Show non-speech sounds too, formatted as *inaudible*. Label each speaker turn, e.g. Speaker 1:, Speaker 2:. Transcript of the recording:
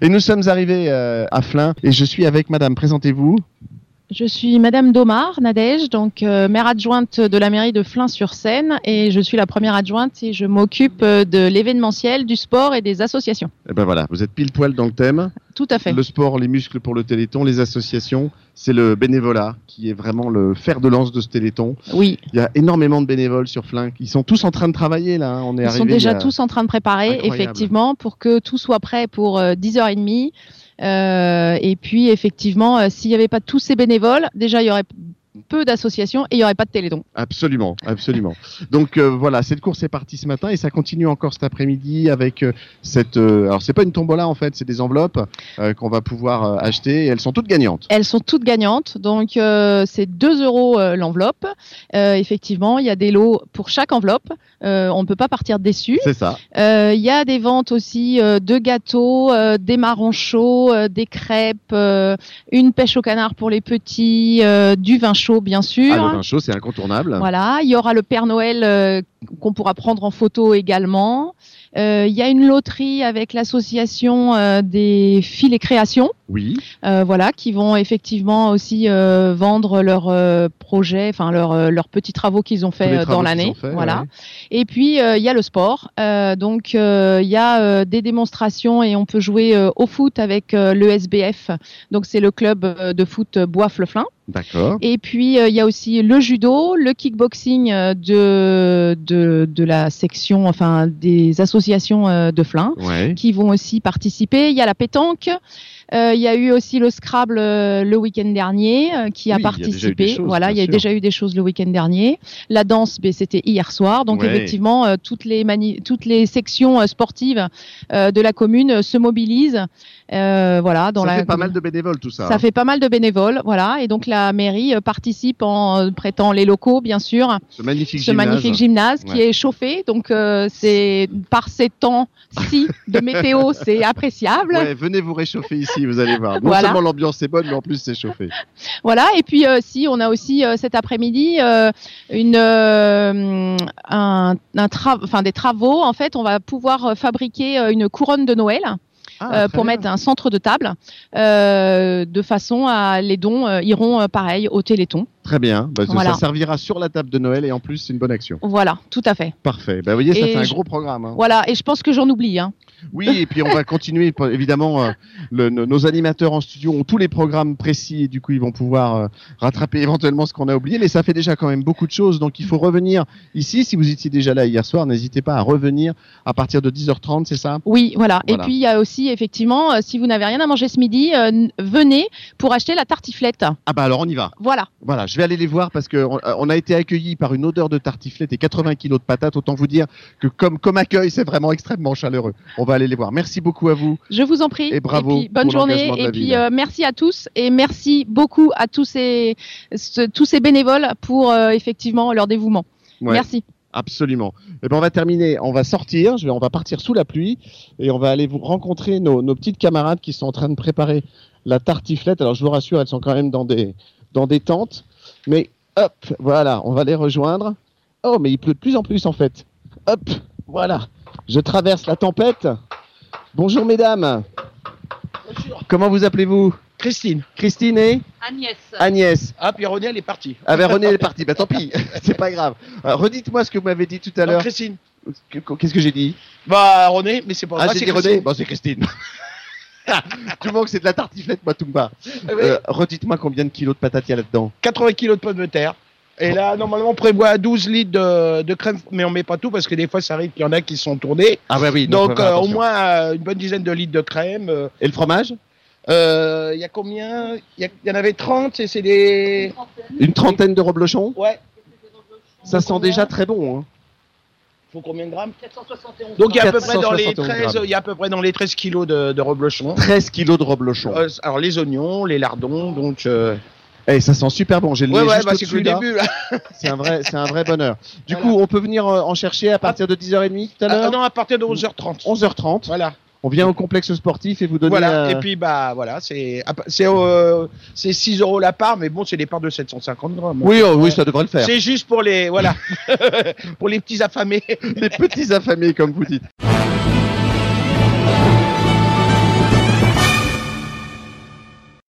Speaker 1: Et nous sommes arrivés euh, à Flins et je suis avec madame, présentez-vous.
Speaker 2: Je suis Madame Domar, Nadège, donc euh, maire adjointe de la mairie de Flins-sur-Seine et je suis la première adjointe et je m'occupe euh, de l'événementiel, du sport et des associations.
Speaker 1: Et ben voilà, vous êtes pile poil dans le thème.
Speaker 2: Tout à fait.
Speaker 1: Le sport, les muscles pour le Téléthon, les associations, c'est le bénévolat qui est vraiment le fer de lance de ce Téléthon.
Speaker 2: Oui.
Speaker 1: Il y a énormément de bénévoles sur Flins. Ils sont tous en train de travailler là. hein. On est
Speaker 2: Ils
Speaker 1: arrivés
Speaker 2: sont
Speaker 1: il y
Speaker 2: déjà
Speaker 1: a-
Speaker 2: tous en train de préparer,
Speaker 1: Incroyable.
Speaker 2: effectivement, pour que tout soit prêt pour euh, 10h30. Euh, et puis, effectivement, euh, s'il n'y avait pas tous ces bénévoles, déjà, il y aurait peu d'associations et il n'y aurait pas de télédon.
Speaker 1: Absolument, absolument. Donc euh, voilà, cette course est partie ce matin et ça continue encore cet après-midi avec euh, cette. euh, alors c'est pas une tombola en fait, c'est des enveloppes euh, qu'on va pouvoir euh, acheter et elles sont toutes gagnantes.
Speaker 2: Elles sont toutes gagnantes, donc euh, c'est 2 euros euh, l'enveloppe. Euh, effectivement, il y a des lots pour chaque enveloppe. Euh, on ne peut pas partir déçu.
Speaker 1: C'est ça.
Speaker 2: Euh, Il y a des ventes aussi euh, de gâteaux, euh, des marrons chauds, euh, des crêpes, euh, une pêche au canard pour les petits, euh, du vin chaud bien sûr. hein.
Speaker 1: Ah, le vin chaud, c'est incontournable.
Speaker 2: Voilà, il y aura le Père Noël euh, qu'on pourra prendre en photo également. Euh, Il y a une loterie avec l'association euh, des filles et créations,
Speaker 1: Oui.
Speaker 2: euh, voilà, qui vont effectivement aussi euh, vendre leurs euh, projets, enfin leurs euh, leurs petits travaux qu'ils ont
Speaker 1: tous les
Speaker 2: faits euh,
Speaker 1: travaux
Speaker 2: dans
Speaker 1: qu'ils
Speaker 2: l'année,
Speaker 1: ont faits,
Speaker 2: voilà.
Speaker 1: ouais.
Speaker 2: Et puis euh, il y a le sport, Euh, donc euh, il y a euh, des démonstrations et on peut jouer euh, au foot avec euh, le SBF, donc c'est le club euh, de foot Bois-Fleflin.
Speaker 1: D'accord.
Speaker 2: Et puis, euh, il y a aussi le judo, le kickboxing euh, de, de, de la section, enfin, des associations euh, de Flins
Speaker 1: Ouais.
Speaker 2: qui vont aussi participer. Il y a la pétanque, euh, il y a eu aussi le Scrabble euh, le week-end dernier euh, qui
Speaker 1: Oui, il y a déjà eu
Speaker 2: a
Speaker 1: des
Speaker 2: participé.
Speaker 1: choses,
Speaker 2: voilà,
Speaker 1: bien
Speaker 2: il y a
Speaker 1: sûr.
Speaker 2: déjà eu des choses le week-end dernier. La danse, ben, c'était hier soir. Donc
Speaker 1: Ouais.
Speaker 2: effectivement, euh, toutes les mani- toutes les sections euh, sportives euh, de la commune euh, se mobilisent. euh, voilà, dans
Speaker 1: ça
Speaker 2: la
Speaker 1: fait pas
Speaker 2: commune.
Speaker 1: mal de bénévoles tout ça.
Speaker 2: Ça
Speaker 1: hein.
Speaker 2: fait pas mal de bénévoles, voilà. Et donc la mairie euh, participe en euh, prêtant les locaux, bien sûr,
Speaker 1: Ce magnifique
Speaker 2: ce
Speaker 1: gymnase.
Speaker 2: magnifique gymnase qui
Speaker 1: Ouais.
Speaker 2: est chauffé. Donc euh, c'est par ces temps-ci
Speaker 1: *laughs*
Speaker 2: de météo, c'est appréciable.
Speaker 1: Ouais, venez vous réchauffer ici, vous allez voir. Non
Speaker 2: Voilà.
Speaker 1: seulement l'ambiance est bonne, mais en plus c'est chauffé.
Speaker 2: Voilà. Et puis euh, si on a aussi euh, cet après-midi euh, une euh, un, un tra- enfin des travaux. En fait, on va pouvoir euh, fabriquer euh, une couronne de Noël.
Speaker 1: Ah,
Speaker 2: euh,
Speaker 1: très
Speaker 2: pour
Speaker 1: bien.
Speaker 2: mettre un centre de table, euh, de façon à les dons euh, iront euh, pareil au Téléthon.
Speaker 1: Très bien. Bah, ça-
Speaker 2: Voilà.
Speaker 1: Ça servira sur la table de Noël et en plus c'est une bonne action.
Speaker 2: Voilà, tout à fait.
Speaker 1: Parfait. Bah, vous voyez, ça
Speaker 2: Et
Speaker 1: fait un
Speaker 2: je-
Speaker 1: gros programme. hein.
Speaker 2: Voilà, et je pense que j'en oublie. Hein.
Speaker 1: Oui, et puis on va continuer. *laughs* pour- Évidemment, euh, le- nos- nos animateurs en studio ont tous les programmes précis et du coup, ils vont pouvoir euh, rattraper *laughs* éventuellement ce qu'on a oublié. Mais ça fait déjà quand même beaucoup de choses. Donc, il faut revenir ici. Si vous étiez déjà là hier soir, n'hésitez pas à revenir à partir de 10h30, c'est ça
Speaker 2: Oui, voilà.
Speaker 1: Voilà.
Speaker 2: Et puis il y a aussi effectivement, euh, si vous n'avez rien à manger ce midi, euh, n- venez pour acheter la tartiflette.
Speaker 1: Ah bah alors, on y va.
Speaker 2: Voilà.
Speaker 1: Voilà, je vais aller les voir parce que on- euh, on a été accueillis par une odeur de tartiflette et 80 kilos de patates. Autant vous dire que comme, comme accueil, c'est vraiment extrêmement chaleureux. On va aller les voir. Merci beaucoup à vous.
Speaker 2: Je vous en prie.
Speaker 1: Et bravo
Speaker 2: puis, bonne
Speaker 1: pour
Speaker 2: journée.
Speaker 1: l'engagement de la
Speaker 2: Et puis
Speaker 1: ville.
Speaker 2: euh, merci à tous et merci beaucoup à tous ces ce- tous ces bénévoles pour euh, effectivement leur dévouement.
Speaker 1: Ouais.
Speaker 2: Merci.
Speaker 1: Absolument. Et ben on va terminer, on va sortir, je vais, on va partir sous la pluie et on va aller vous rencontrer nos, nos petites camarades qui sont en train de préparer la tartiflette. Alors je vous rassure, elles sont quand même dans des, dans des tentes. Mais hop, voilà, on va les rejoindre. Oh, mais il pleut de plus en plus en fait. Hop, voilà, je traverse la tempête. Bonjour mesdames. Comment vous appelez-vous
Speaker 3: Christine.
Speaker 1: Christine et
Speaker 4: Agnès.
Speaker 1: Agnès.
Speaker 3: Ah, puis René, elle est partie.
Speaker 1: Ah ben René est parti, bah tant pis, *laughs* c'est pas grave. Euh, Redites-moi ce que vous m'avez dit tout à
Speaker 3: Non,
Speaker 1: l'heure.
Speaker 3: Ah, Christine.
Speaker 1: Qu'est-ce que j'ai dit
Speaker 3: Bah, René, mais c'est pas
Speaker 1: Ah
Speaker 3: moi,
Speaker 1: j'ai
Speaker 3: c'est
Speaker 1: dit René,
Speaker 3: Christine.
Speaker 1: bon c'est *laughs* Christine. Tu manques, c'est de la tartiflette, moi, Toumba.
Speaker 3: Ah oui,
Speaker 1: Euh, Redites-moi combien de kilos de patates il y a là-dedans.
Speaker 3: 80 kilos de pommes de terre. Et là, normalement, on prévoit 12 litres de, de crème, mais on met pas tout parce que des fois, ça arrive qu'il y en a qui sont tournés.
Speaker 1: Ah ouais, oui.
Speaker 3: Donc,
Speaker 1: faut faire
Speaker 3: euh, au
Speaker 1: attention.
Speaker 3: moins euh, une bonne dizaine de litres de crème. euh,
Speaker 1: Et le fromage
Speaker 3: euh, Il y a combien Il y, a- il y en avait 30 et c'est des.
Speaker 1: Une trentaine de reblochons
Speaker 3: Ouais,
Speaker 1: Ça sent déjà très bon. Hein.
Speaker 3: faut combien de grammes
Speaker 4: 471.
Speaker 3: Donc, il y a à peu près dans les
Speaker 1: 471
Speaker 3: 13,
Speaker 1: grammes.
Speaker 3: il y a à peu près dans les 13 kilos de, de reblochon.
Speaker 1: 13 kilos de reblochons.
Speaker 3: Euh, alors, les oignons, les lardons, donc. euh,
Speaker 1: Eh, ça sent super bon. J'ai le
Speaker 3: Ouais,
Speaker 1: nez
Speaker 3: ouais,
Speaker 1: juste
Speaker 3: bah, c'est que
Speaker 1: au-dessus,
Speaker 3: le
Speaker 1: là.
Speaker 3: début, *laughs* là.
Speaker 1: C'est un vrai, c'est un vrai bonheur. Du
Speaker 3: Voilà.
Speaker 1: coup, on peut venir euh, en chercher à partir de 10h30 tout à
Speaker 3: Ah,
Speaker 1: l'heure.
Speaker 3: non, à partir de 11h30.
Speaker 1: 11h30.
Speaker 3: Voilà.
Speaker 1: On vient au complexe sportif et vous donner.
Speaker 3: Voilà,
Speaker 1: euh,
Speaker 3: et puis bah voilà, c'est c'est euh, c'est 6 euros la part, mais bon, c'est des parts de 750 grammes.
Speaker 1: Oui, oh, oui, ça devrait le faire.
Speaker 3: C'est juste *laughs* pour les voilà, pour les petits affamés.
Speaker 1: les petits affamés, comme vous dites.